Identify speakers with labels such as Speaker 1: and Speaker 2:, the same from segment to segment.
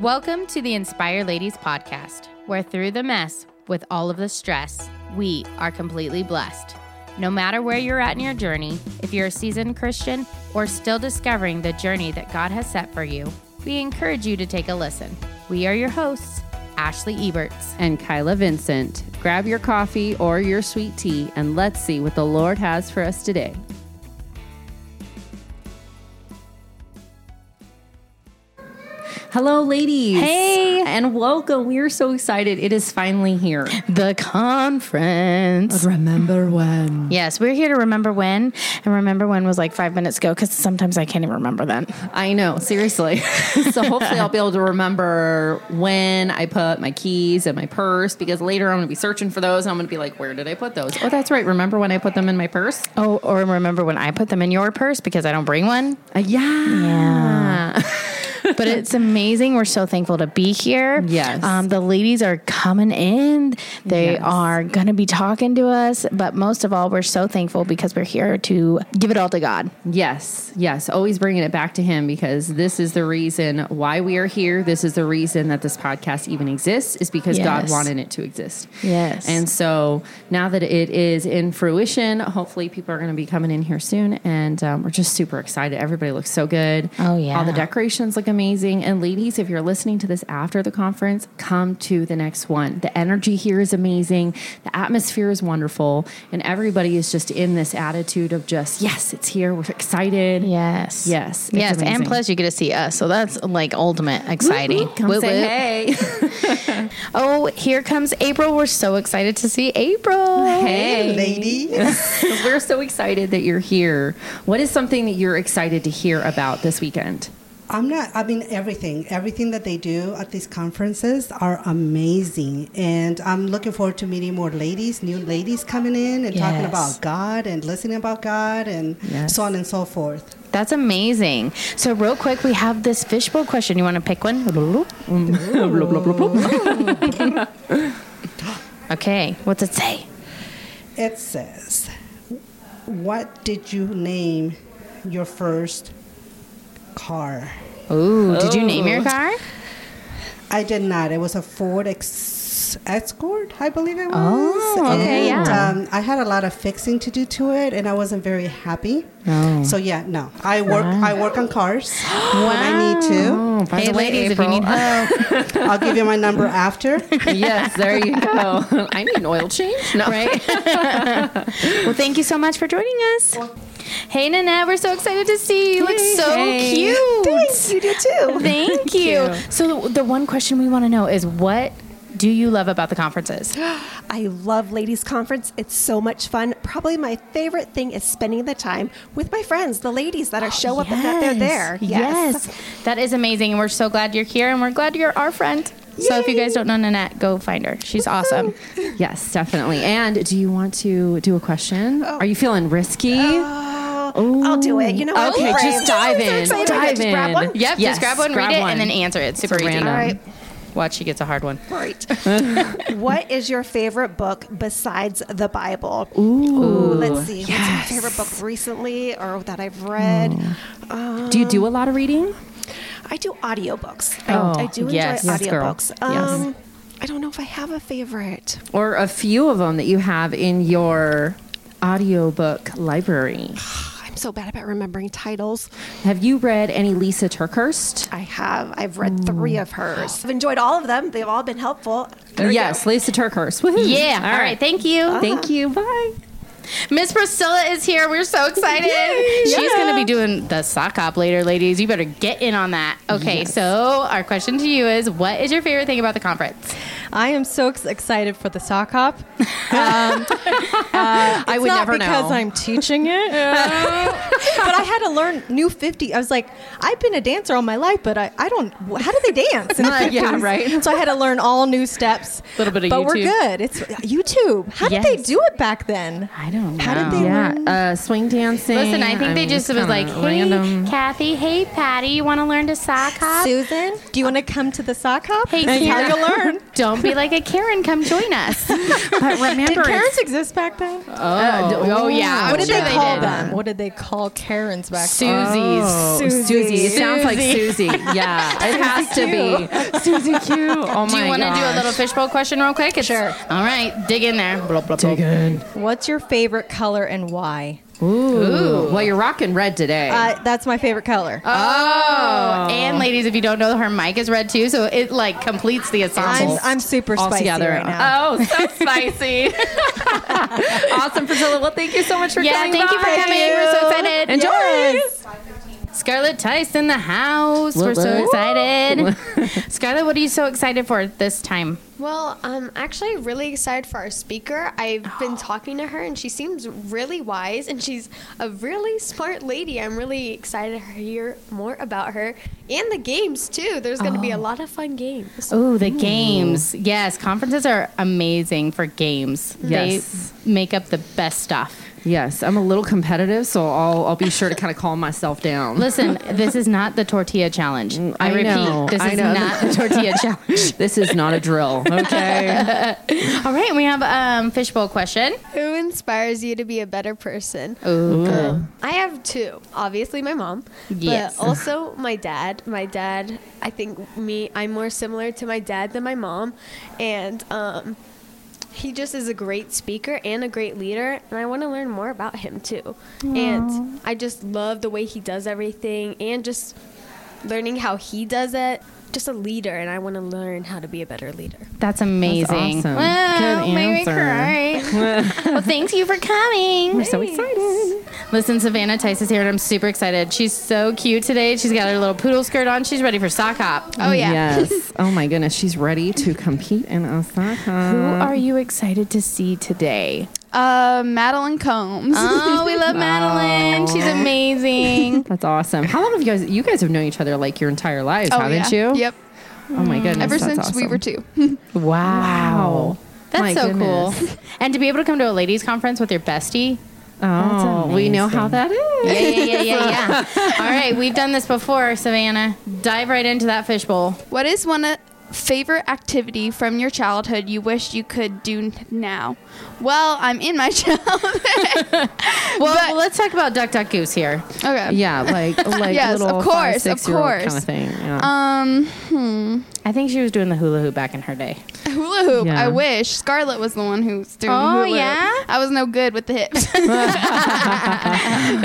Speaker 1: Welcome to the Inspire Ladies podcast, where through the mess, with all of the stress, we are completely blessed. No matter where you're at in your journey, if you're a seasoned Christian or still discovering the journey that God has set for you, we encourage you to take a listen. We are your hosts, Ashley Eberts.
Speaker 2: and Kyla Vincent. Grab your coffee or your sweet tea and let's see what the Lord has for us today. Hello, ladies.
Speaker 1: Hey.
Speaker 2: And welcome. We are so excited. It is finally here.
Speaker 1: The conference.
Speaker 2: Remember when?
Speaker 1: Yes, we're here to remember when, and remember when was like five minutes ago because sometimes I can't even remember that.
Speaker 2: I know, seriously. so hopefully I'll be able to remember when I put my keys in my purse because later I'm going to be searching for those and I'm going to be like, where did I put those? Oh, that's right. Remember when I put them in my purse?
Speaker 1: Oh, or remember when I put them in your purse because I don't bring one.
Speaker 2: Uh, yeah.
Speaker 1: But it's amazing. We're so thankful to be here.
Speaker 2: Yes.
Speaker 1: Um, the ladies are coming in. They
Speaker 2: Yes.
Speaker 1: are going to be talking to us. But most of all, we're so thankful because we're here to give it all to God.
Speaker 2: Yes, yes. Always bringing it back to him because this is the reason why we are here. This is the reason that this podcast even exists is because God
Speaker 1: Yes.
Speaker 2: wanted it to exist.
Speaker 1: Yes.
Speaker 2: And so now that it is in fruition, hopefully people are going to be coming in here soon. And um, we're just super excited. Everybody looks so good.
Speaker 1: Oh, yeah.
Speaker 2: All the decorations look amazing. And ladies, if you're listening to this after the conference, come to the next one. The energy here is amazing. The atmosphere is wonderful. And everybody is just in this attitude of just, yes, it's here. We're excited.
Speaker 1: Yes.
Speaker 2: Yes, it's
Speaker 1: Yes. And
Speaker 2: amazing.
Speaker 1: plus, you get to see us. So that's like ultimate exciting.
Speaker 2: Whoop, whoop. Come
Speaker 1: Whoop,
Speaker 2: say
Speaker 1: whoop.
Speaker 2: hey.
Speaker 1: Oh, here comes April. We're so excited to see April.
Speaker 2: Hey, lady. We're so excited that you're here. What is something that you're excited to hear about this weekend?
Speaker 3: I'm not. I mean, everything, everything that they do at these conferences are amazing, and I'm looking forward to meeting more ladies, new ladies coming in and talking
Speaker 1: Yes.
Speaker 3: about God and listening about God and
Speaker 2: Yes.
Speaker 3: so on and so forth.
Speaker 1: That's amazing. So, real quick, we have this fishbowl question. You want to pick one? Okay, what's it say?
Speaker 3: It says, "What did you name your first car?"
Speaker 1: Ooh, did you name your car?
Speaker 3: I did not. It was a Ford Ex- Escort, I believe it was.
Speaker 1: Oh, okay,
Speaker 3: and,
Speaker 1: yeah.
Speaker 3: Um, I had a lot of fixing to do to it, and I wasn't very happy.
Speaker 1: Oh.
Speaker 3: So yeah, no. I work. I work on cars when I need to.
Speaker 2: By
Speaker 1: hey,
Speaker 2: the way,
Speaker 1: ladies, if you
Speaker 2: April-
Speaker 1: need help,
Speaker 3: I'll give you my number after.
Speaker 2: yes, there you go. I need an oil change. No.
Speaker 1: right? well, thank you so much for joining us. Hey, Nanette, we're so excited to see you. You look
Speaker 2: Yay.
Speaker 1: so
Speaker 2: Hey.
Speaker 1: cute. Thanks, you do too. Thank you. So, the, the one question we want to know is what do you love about the conferences?
Speaker 4: I love Ladies Conference. It's so much fun. Probably my favorite thing is spending the time with my friends, the ladies
Speaker 2: Oh,
Speaker 4: that are show up and that they're there.
Speaker 1: Yes. That is amazing. And we're so glad you're here and we're glad you're our friend. So if you guys don't know Nanette, go find her. She's awesome.
Speaker 2: Yes, definitely. And do you want to do a question? Are you feeling risky?
Speaker 4: Oh, I'll do it. You know what?
Speaker 2: Okay,
Speaker 4: oh, I'm brave.
Speaker 2: just dive
Speaker 4: I'm so
Speaker 2: in.
Speaker 4: excited. Do I
Speaker 2: dive
Speaker 4: get to
Speaker 2: in.
Speaker 4: grab one?
Speaker 2: Yes,
Speaker 1: Yep, just grab one, read it,
Speaker 2: one.
Speaker 1: and then answer it. Super
Speaker 2: It's a
Speaker 1: easy.
Speaker 2: random.
Speaker 4: All right.
Speaker 1: Watch, she gets a hard one.
Speaker 4: Great. what is your favorite book besides the Bible? Ooh. let's see. What's my favorite book recently or that I've read?
Speaker 2: Oh.
Speaker 4: Um,
Speaker 2: Do you do a lot of reading?
Speaker 4: I do audiobooks.
Speaker 2: Oh,
Speaker 4: I, I do enjoy
Speaker 2: yes. Yes, girl.
Speaker 4: audiobooks.
Speaker 2: Yes.
Speaker 4: Um, I don't know if I have a favorite.
Speaker 2: Or a few of them that you have in your audiobook library?
Speaker 4: I'm so bad about remembering titles.
Speaker 2: Have you read any Lisa Turkhurst?
Speaker 4: I have. I've read three of hers. I've enjoyed all of them. They've all been helpful. There you
Speaker 2: yes,
Speaker 4: go.
Speaker 2: Lisa Turkhurst. Woohoo.
Speaker 1: Yeah. Hmm. All right. Thank you.
Speaker 2: Thank you. Bye.
Speaker 1: Miss Priscilla is here. We're so excited. She's going to be doing the sock hop later, ladies. You better get in on that. Okay. So, our question to you is what is your favorite thing about the conference?
Speaker 5: I am so ex- excited for the sock hop. Um,
Speaker 2: I
Speaker 5: it's
Speaker 2: would
Speaker 5: not
Speaker 2: never
Speaker 5: because
Speaker 2: know.
Speaker 5: I'm teaching it, uh, but I had to learn new fifty. I was like, I've been a dancer all my life, but I, I don't. wh- How do they dance? In the
Speaker 2: Uh, yeah,
Speaker 5: 50s?
Speaker 2: right.
Speaker 5: So I had to learn all new steps.
Speaker 1: Little bit of
Speaker 5: but
Speaker 1: YouTube.
Speaker 5: we're good. It's YouTube. How did they
Speaker 1: Yes.
Speaker 5: do it back then?
Speaker 2: I don't
Speaker 5: How did
Speaker 2: know.
Speaker 5: they
Speaker 2: yeah,
Speaker 5: learn?
Speaker 2: uh, swing dancing.
Speaker 1: Listen, I think they
Speaker 2: mean,
Speaker 1: just
Speaker 2: it's
Speaker 1: was like,
Speaker 2: kinda
Speaker 1: hey,
Speaker 2: random.
Speaker 1: Kathy, hey, Patty, you want to learn to sock hop?
Speaker 5: Susan, do you want to come to the sock hop?
Speaker 1: Hey,
Speaker 5: That's how
Speaker 1: Kira.
Speaker 5: you learn.
Speaker 1: Don't be be like a Karen, come join us.
Speaker 2: But remember, it's-
Speaker 5: Karens exist back then.
Speaker 1: Uh, d- oh, yeah. I'm
Speaker 5: what did
Speaker 1: sure
Speaker 5: they call
Speaker 1: did. Oh,
Speaker 5: them? What did they call Karens back then?
Speaker 2: Susie's.
Speaker 6: Oh
Speaker 2: Susie. It sounds like Susie. Yeah. It has to be. Susie Q. Oh my
Speaker 1: Do you want to do a little fishbowl question real quick? sure. All right, dig in there. Blah, blah, blah.
Speaker 5: What's your favorite color and why?
Speaker 2: Ooh. Well, you're rocking red today.
Speaker 5: Uh, that's my favorite color.
Speaker 1: Oh. and ladies, if you don't know, her mic is red too, so it like completes the
Speaker 5: I'm,
Speaker 1: ensemble.
Speaker 5: I'm super
Speaker 2: All
Speaker 5: spicy
Speaker 2: together.
Speaker 5: right
Speaker 6: Uh,
Speaker 5: now.
Speaker 1: oh, so spicy!
Speaker 2: awesome, Priscilla. Well, thank you so much for
Speaker 1: yeah,
Speaker 2: coming.
Speaker 1: thank you for
Speaker 2: by.
Speaker 1: coming. We're so excited.
Speaker 2: Enjoy.
Speaker 1: Scarlett Tice in the house. We're so
Speaker 2: Woo-woo.
Speaker 1: excited. Scarlett, what are you so excited for this time?
Speaker 7: Well, I'm actually really excited for our speaker. I've been talking to her, and she seems really wise, and she's a really smart lady. I'm really excited to hear more about her and the games, too. There's going to be a lot of fun games.
Speaker 1: Oh, the games. Yes, conferences are amazing for games.
Speaker 2: Yes.
Speaker 1: They make up the best stuff.
Speaker 2: Yes, I'm a little competitive, so I'll I'll be sure to kind of calm myself down.
Speaker 1: Listen, this is not the tortilla challenge. I,
Speaker 2: Mm, I
Speaker 1: repeat,
Speaker 2: know,
Speaker 1: this
Speaker 2: I
Speaker 1: is
Speaker 2: know.
Speaker 1: not the tortilla challenge.
Speaker 2: This is not a drill, okay?
Speaker 1: All right, we have um fishbowl question.
Speaker 7: Who inspires you to be a better person? Um, I have two. Obviously, my mom.
Speaker 1: Yes.
Speaker 7: But also my dad. My dad, I think me, I'm more similar to my dad than my mom. And um, he just is a great speaker and a great leader. And I want to learn more about him, too. And I just love the way he does everything and just learning how he does it. Just a leader, and I want to learn how to be a better leader.
Speaker 1: That's amazing.
Speaker 2: awesome.
Speaker 1: Wow,
Speaker 2: Good
Speaker 1: made me cry. well, thank you for coming. We're
Speaker 2: so excited.
Speaker 1: Listen, Savannah Tice is here, and I'm super excited. She's so cute today. She's got her little poodle skirt on. She's ready for sock hop.
Speaker 7: Oh, yeah.
Speaker 2: Yes. Oh my goodness, she's ready to compete in
Speaker 1: Who
Speaker 2: Osaka.
Speaker 1: are you excited to see today?
Speaker 8: Uh, Madeline Combs.
Speaker 1: Oh, we love Madeline. She's amazing.
Speaker 2: That's awesome. How long have you guys you guys have known each other like your entire lives,
Speaker 8: Oh,
Speaker 2: haven't
Speaker 8: yeah.
Speaker 2: you?
Speaker 8: Yep. Mm-hmm.
Speaker 2: Oh my goodness.
Speaker 8: Ever
Speaker 2: that's
Speaker 8: since we
Speaker 2: awesome.
Speaker 8: were two.
Speaker 2: Wow.
Speaker 1: That's
Speaker 2: My
Speaker 1: so
Speaker 2: goodness.
Speaker 1: cool. And to be able to come to a ladies' conference with your bestie.
Speaker 2: Oh, we know how that is.
Speaker 1: Yeah, yeah, yeah, yeah, yeah. All right, we've done this before, Savannah. Dive right into that fishbowl.
Speaker 8: What is one uh, favorite activity from your childhood you wish you could do n- now? Well, I'm in my childhood.
Speaker 1: Well,
Speaker 8: But-
Speaker 1: let's talk about Duck Duck Goose here.
Speaker 8: okay.
Speaker 2: Yeah, like like
Speaker 8: Yes,
Speaker 2: little
Speaker 8: of
Speaker 2: five,
Speaker 8: course, of
Speaker 2: six-year-old kind
Speaker 8: course.
Speaker 2: of thing. Yeah.
Speaker 8: Um, hmm.
Speaker 1: I think she was doing the hula hoop back in her day.
Speaker 8: Hula hoop.
Speaker 2: Yeah.
Speaker 8: I wish Scarlett was the one who's doing
Speaker 1: Oh,
Speaker 8: hula hoop.
Speaker 1: yeah?
Speaker 8: I was no good with the hips. no, I,
Speaker 2: can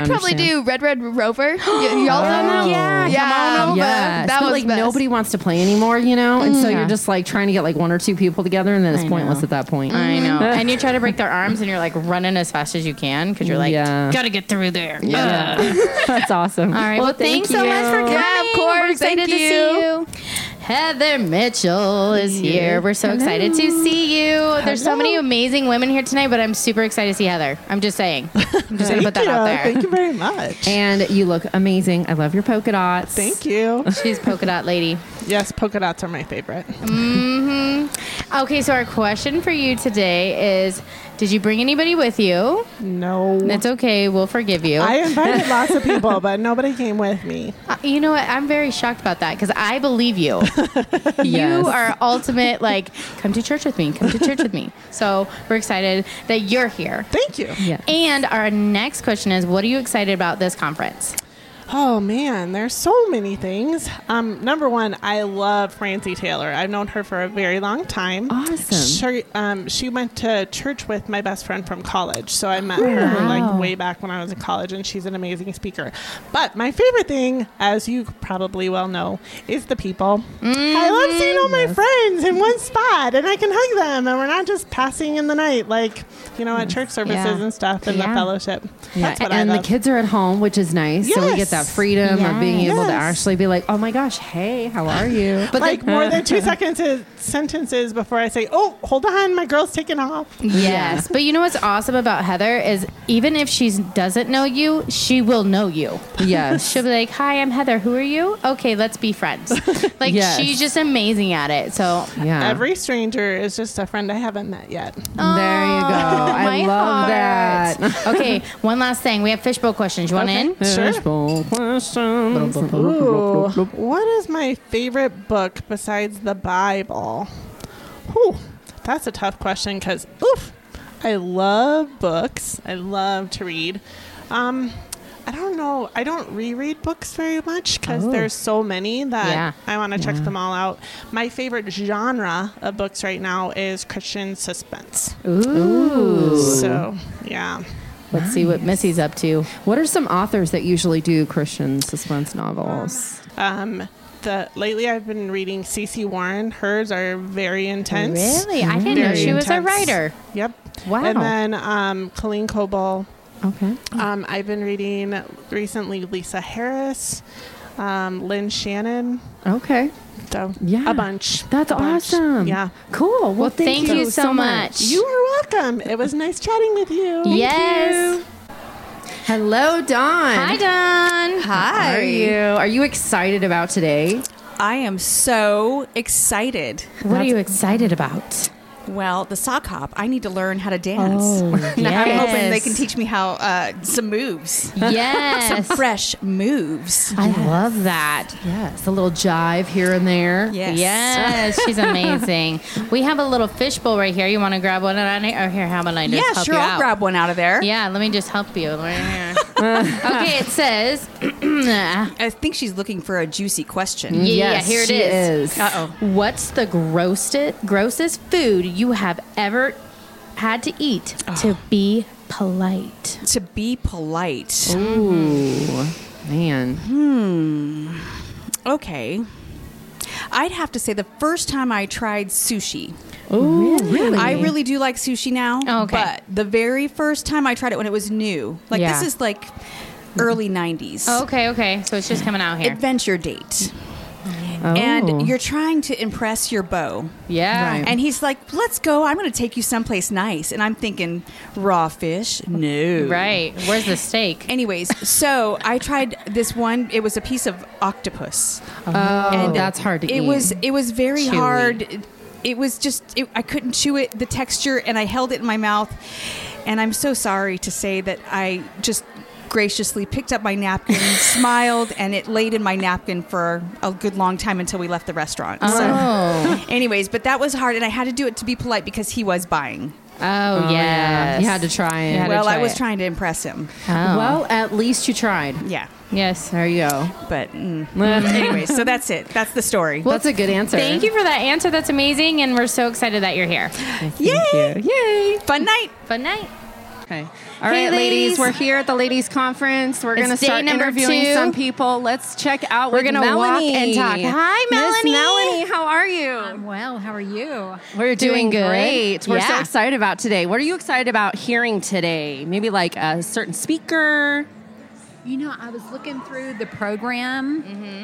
Speaker 8: would probably
Speaker 2: understand. Oh,
Speaker 8: do Red Red Rover. Y- y'all done that?
Speaker 1: yeah,
Speaker 8: yeah.
Speaker 1: come on over.
Speaker 2: Yes,
Speaker 8: That
Speaker 2: but
Speaker 8: was
Speaker 2: like
Speaker 8: best. Mm-hmm.
Speaker 2: nobody wants to play anymore, you know, and so
Speaker 1: Yeah.
Speaker 2: you're just like trying to get like one or two people together, and then it's
Speaker 1: I
Speaker 2: pointless
Speaker 1: know.
Speaker 2: at that point.
Speaker 1: I know. and you try to break their arms and you're like running as fast as you can because you're like,
Speaker 2: Yeah.
Speaker 1: gotta get through there.
Speaker 2: Yeah. That's awesome.
Speaker 1: All right. Well, thanks so much for coming.
Speaker 8: Yeah, of course.
Speaker 1: We're excited
Speaker 8: Thank
Speaker 1: to see you. Heather Mitchell is here. We're so excited to see you. There's so many amazing women here tonight, but I'm super excited to see Heather. I'm just saying. I'm just gonna put that out there.
Speaker 9: Uh, Thank you very much.
Speaker 2: And you look amazing. I love your polka dots.
Speaker 9: Thank you.
Speaker 1: She's polka dot lady.
Speaker 9: Yes, polka dots are my favorite.
Speaker 1: Mm-hmm. Okay, so our question for you today is: Did you bring anybody with you?
Speaker 9: No.
Speaker 1: It's okay. We'll forgive you.
Speaker 9: I invited lots of people, but nobody came with me.
Speaker 1: Uh, you know what? I'm very shocked about that because I believe you.
Speaker 2: Yes.
Speaker 1: You are ultimate. Like, come to church with me. Come to church with me. So we're excited that you're here.
Speaker 9: Thank you.
Speaker 2: Yeah.
Speaker 1: And our next question is: What are you excited about this conference?
Speaker 9: Oh man, there's so many things. Um, number one, I love Francie Taylor. I've known her for a very long time.
Speaker 2: Awesome.
Speaker 9: She, um, she went to church with my best friend from college, so I met her like way back when I was in college, and she's an amazing speaker. But my favorite thing, as you probably well know, is the people. I love seeing all my friends in one spot, and I can hug them, and we're not just passing in the night like you know at church services
Speaker 1: Yeah.
Speaker 9: and stuff and
Speaker 1: Yeah.
Speaker 9: the fellowship. That's what
Speaker 2: and
Speaker 9: I
Speaker 2: the
Speaker 9: love.
Speaker 2: kids are at home, which is nice. So we get
Speaker 9: Yes.
Speaker 2: that freedom of being able to
Speaker 9: Yes.
Speaker 2: actually be like, "Oh my gosh, hey, how are you?"
Speaker 1: But
Speaker 9: like
Speaker 1: the-
Speaker 9: more than two seconds is sentences before I say, "Oh, hold on, my girl's taking off."
Speaker 1: Yes, but you know what's awesome about Heather is even if she doesn't know you, she will know you.
Speaker 2: yes.
Speaker 1: She'll be like, "Hi, I'm Heather. Who are you? Okay, let's be friends." Like
Speaker 2: Yes.
Speaker 1: she's just amazing at it. So
Speaker 2: Yeah.
Speaker 9: Every stranger is just a friend I haven't met yet.
Speaker 2: there you go. I
Speaker 1: oh, my
Speaker 2: love
Speaker 1: heart.
Speaker 2: that.
Speaker 1: okay, one last thing. We have fishbowl questions. You want in?
Speaker 9: Sure.
Speaker 2: Fishbowl questions.
Speaker 9: Ooh, what is my favorite book besides the Bible? Whew, that's a tough question because, oof, I love books. I love to read. Um, I don't know. I don't reread books very much because
Speaker 2: Oh.
Speaker 9: there's so many that
Speaker 2: Yeah.
Speaker 9: I want to check
Speaker 2: Yeah.
Speaker 9: them all out. My favorite genre of books right now is Christian suspense.
Speaker 2: Ooh.
Speaker 9: So, yeah.
Speaker 2: Let's see what Missy's up to. What are some authors that usually do Christian suspense novels?
Speaker 9: Um, the lately I've been reading C.C. Warren. Hers are very intense.
Speaker 1: Really? I didn't know
Speaker 9: Very
Speaker 1: she was a
Speaker 9: intense.
Speaker 1: writer.
Speaker 9: Yep.
Speaker 2: Wow.
Speaker 9: And then um, Colleen Coble.
Speaker 2: Okay.
Speaker 9: Um, I've been reading recently Lisa Harris, um, Lynn Shannon.
Speaker 2: Okay.
Speaker 9: So
Speaker 2: Yeah.
Speaker 9: a bunch.
Speaker 2: That's
Speaker 9: a bunch.
Speaker 2: awesome.
Speaker 9: Yeah.
Speaker 2: Cool. Well,
Speaker 1: Well,
Speaker 2: thank, you, so much.
Speaker 9: You are welcome. It was nice chatting with you.
Speaker 1: yes.
Speaker 2: Hello, Dawn.
Speaker 1: Hi, Don.
Speaker 2: How
Speaker 6: Hi.
Speaker 2: are you? Are you excited about today?
Speaker 6: I am so excited.
Speaker 1: What are you excited about?
Speaker 6: Well, the sock hop. I need to learn how to dance.
Speaker 5: Oh,
Speaker 6: I'm
Speaker 1: yes.
Speaker 6: hoping they can teach me how uh, some moves,
Speaker 1: Yes.
Speaker 6: fresh moves.
Speaker 1: I love that.
Speaker 2: Yes. A little jive here and there.
Speaker 6: Yes.
Speaker 1: Yes, she's amazing. we have a little fishbowl right here. You want to grab one out of it? Or here, how about I just
Speaker 6: Yeah,
Speaker 1: help
Speaker 6: sure.
Speaker 1: you
Speaker 6: I'll
Speaker 1: out?
Speaker 6: grab one out of there.
Speaker 1: Yeah, let me just help you. Right here. okay, it says. yeah,
Speaker 6: I think she's looking for a juicy question.
Speaker 1: yeah, here it
Speaker 2: she
Speaker 1: is.
Speaker 2: is.
Speaker 6: Uh oh.
Speaker 1: What's the grossest grossest food you have ever had to eat
Speaker 6: Oh.
Speaker 1: to be polite?
Speaker 6: To be polite.
Speaker 2: Man.
Speaker 6: Hmm. Okay. I'd have to say the first time I tried sushi.
Speaker 2: Ooh, really?
Speaker 6: I really do like sushi now.
Speaker 1: Oh, Okay.
Speaker 6: But the very first time I tried it when it was new, like
Speaker 1: Yeah. Oh,
Speaker 6: this is like early 90s.
Speaker 1: Okay, okay. So it's just coming out here.
Speaker 6: Adventure date.
Speaker 2: Oh.
Speaker 6: And you're trying to impress your beau.
Speaker 1: yeah.
Speaker 6: And he's like, let's go. I'm going to take you someplace nice. And I'm thinking, raw fish? No.
Speaker 1: Right. Where's the steak?
Speaker 6: Anyways, so I tried this one. It was a piece of octopus.
Speaker 2: Oh, that's hard to
Speaker 6: it
Speaker 2: eat.
Speaker 6: was it was very
Speaker 2: Chewy.
Speaker 6: hard it was just it, i couldn't chew it the texture and i held it in my mouth and i'm so sorry to say that i just graciously picked up my napkin smiled and it laid in my napkin for a good long time until we left the restaurant
Speaker 2: Uh-huh.
Speaker 1: Oh.
Speaker 6: so anyways but that was hard and i had to do it to be polite because he was buying
Speaker 1: Oh, yes.
Speaker 2: You had to try it.
Speaker 1: You had to
Speaker 6: well i
Speaker 1: try
Speaker 6: was
Speaker 1: it.
Speaker 6: trying to impress him
Speaker 1: Oh.
Speaker 2: Well, at least you tried.
Speaker 6: yeah
Speaker 1: yes.
Speaker 2: There you go.
Speaker 6: but mm. anyways so that's it that's the story
Speaker 2: That's a good answer.
Speaker 1: Thank you for that answer. That's amazing. And we're so excited that you're here.
Speaker 6: yay yay fun night
Speaker 1: Fun night.
Speaker 2: Okay. All right, ladies,
Speaker 1: ladies.
Speaker 2: we're here at the ladies' conference. We're
Speaker 1: It's
Speaker 2: going to
Speaker 1: day
Speaker 2: start
Speaker 1: number
Speaker 2: interviewing
Speaker 1: two.
Speaker 2: some people. Let's check out. We're with gonna walk and talk. Melanie.
Speaker 1: Hi,
Speaker 2: Miss
Speaker 1: Melanie.
Speaker 2: Melanie, how are you?
Speaker 10: Well, how are you?
Speaker 2: We're doing,
Speaker 1: Doing good.
Speaker 2: great. We're so
Speaker 1: Yeah.
Speaker 2: excited about today. What are you excited about hearing today? Maybe like a certain speaker.
Speaker 10: You know, I was looking through the program,
Speaker 1: Mm-hmm.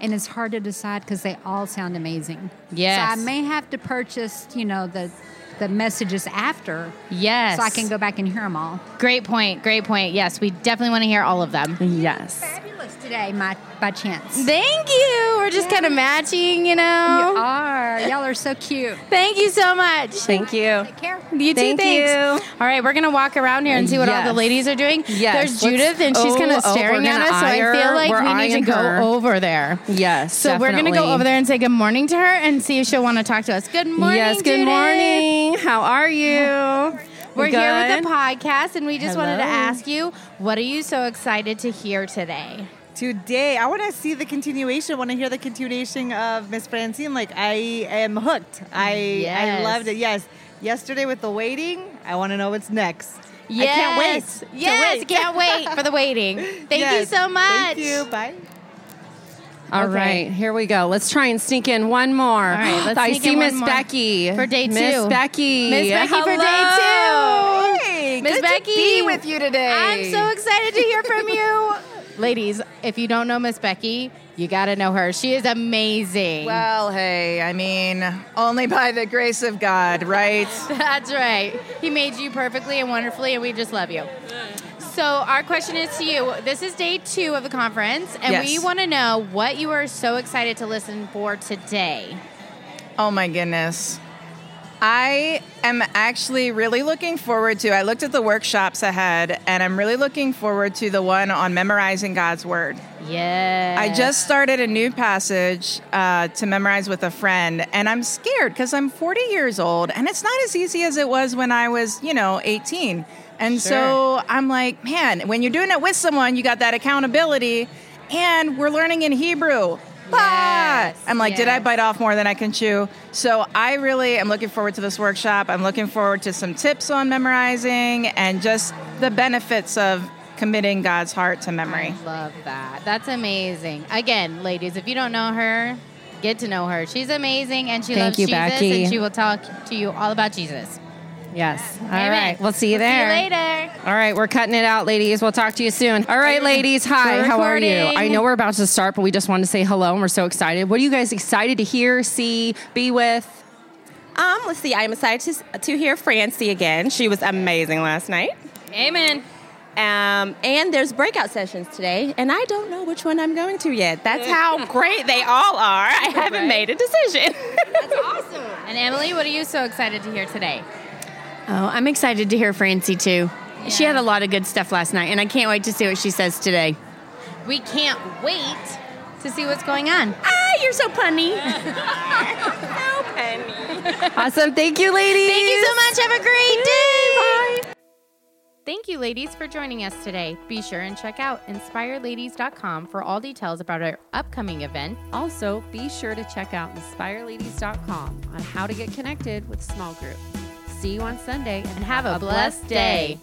Speaker 10: and it's hard to decide because they all sound amazing.
Speaker 1: Yes.
Speaker 10: So I may have to purchase, you know, the the messages after,
Speaker 1: Yes.
Speaker 10: so I can go back and hear them all.
Speaker 1: Great point. Great point. Yes, we definitely want to hear all of them.
Speaker 2: Yes.
Speaker 10: Fabulous today, my by chance.
Speaker 1: Thank you. We're just kind of matching, you know.
Speaker 10: you are. Y'all are so cute.
Speaker 1: Thank you so much.
Speaker 2: Thank you.
Speaker 10: Take care.
Speaker 1: You too.
Speaker 2: Thank
Speaker 1: thanks. All right, we're gonna walk around here and see what all the
Speaker 2: Yes.
Speaker 1: ladies are doing.
Speaker 2: Yes. Let's-
Speaker 1: There's Judith, and she's kind
Speaker 2: oh,
Speaker 1: of
Speaker 2: oh,
Speaker 1: staring
Speaker 2: we're
Speaker 1: at
Speaker 2: gonna
Speaker 1: us. So I
Speaker 2: eye her.
Speaker 1: feel like
Speaker 2: We're
Speaker 1: we need
Speaker 2: eyeing
Speaker 1: to go
Speaker 2: her.
Speaker 1: over there.
Speaker 2: Yes.
Speaker 1: So we're gonna go
Speaker 2: definitely.
Speaker 1: over there and say good morning to her and see if she'll want to talk to us. Good morning.
Speaker 2: yes. Good
Speaker 1: Judith.
Speaker 2: morning. How are you?
Speaker 1: We're here
Speaker 2: Good?
Speaker 1: with the podcast, and we just wanted to
Speaker 2: Hello.
Speaker 1: ask you, what are you so excited to hear today?
Speaker 11: Today, I want to see the continuation. Want to hear the continuation of Miss Francine? Like I am hooked. I
Speaker 1: Yes.
Speaker 11: I loved it. Yes. Yesterday with the waiting, I want to know what's next. I can't wait. to
Speaker 1: Yes,
Speaker 11: wait.
Speaker 1: can't wait for the waiting. Thank
Speaker 11: Yes.
Speaker 1: you so much.
Speaker 11: Thank you. Bye.
Speaker 2: All right, here we go. Let's try and sneak in one more. All
Speaker 1: right, let's
Speaker 2: I
Speaker 1: sneak
Speaker 2: see
Speaker 1: in
Speaker 2: Miss
Speaker 1: one more
Speaker 2: Becky
Speaker 1: for day
Speaker 2: Miss
Speaker 1: two.
Speaker 2: Becky.
Speaker 1: Miss Becky for day
Speaker 2: Hello.
Speaker 1: two.
Speaker 2: Hey,
Speaker 1: Miss
Speaker 2: good to
Speaker 1: Becky,
Speaker 2: be with you today.
Speaker 1: I'm so excited to hear from you. Ladies, if you don't know Miss Becky, you got to know her. She is amazing.
Speaker 11: Well, hey, I mean, only by the grace of God, right?
Speaker 1: That's right. He made you perfectly and wonderfully, and we just love you. So, our question is to you. This is day two of the conference, and
Speaker 11: Yes.
Speaker 1: we want to know what you are so excited to listen for today.
Speaker 11: Oh my goodness.
Speaker 12: I am actually really looking forward to. I looked at the workshops ahead, and I'm really looking forward to the one on memorizing God's word.
Speaker 1: Yeah.
Speaker 12: I just started a new passage uh, to memorize with a friend, and I'm scared because I'm 40 years old, and it's not as easy as it was when I was, you know, 18. And so
Speaker 13: Sure.
Speaker 12: I'm like, man, when you're doing it with someone, you got that accountability, and we're learning in Hebrew. But I'm like, did I bite off more than I can chew? So I really am looking forward to this workshop. I'm looking forward to some tips on memorizing and just the benefits of committing God's heart to memory.
Speaker 1: Love that. That's amazing. Again, ladies, if you don't know her, get to know her. She's amazing and she
Speaker 2: Thank
Speaker 1: loves
Speaker 2: you,
Speaker 1: Jesus
Speaker 2: Becky.
Speaker 1: and she will talk to you all about Jesus.
Speaker 2: Yes. All
Speaker 1: Amen.
Speaker 2: right. We'll see you
Speaker 1: We'll see
Speaker 2: there.
Speaker 1: you later.
Speaker 2: All right. We're cutting it out, ladies. We'll talk to you soon. All right, ladies. Hi.
Speaker 1: We're
Speaker 2: How are you?
Speaker 1: recording.
Speaker 2: I know we're about to start, but we just wanted to say hello and we're so excited. What are you guys excited to hear, see, be with?
Speaker 14: Um, let's see. I'm excited to, to hear Francie again. She was amazing last night.
Speaker 1: Amen.
Speaker 14: Um, and there's breakout sessions today, and I don't know which one I'm going to yet. That's how great they all are. I haven't made a decision.
Speaker 1: And Emily, what are you so excited to hear today?
Speaker 15: Oh, I'm excited to hear Francie too. She had a lot of good stuff last night, and I can't wait to see what she says today.
Speaker 1: We can't wait to see what's going on.
Speaker 15: Ah, you're so punny.
Speaker 2: awesome. Thank you, ladies.
Speaker 1: Thank you so much. Have a great day. Bye. Thank you, ladies, for joining us today. Be sure and check out inspireladies.com for all details about our upcoming event.
Speaker 16: Also, be sure to check out inspireladies.com on how to get connected with small group. See you on Sunday and,
Speaker 1: Have a blessed day.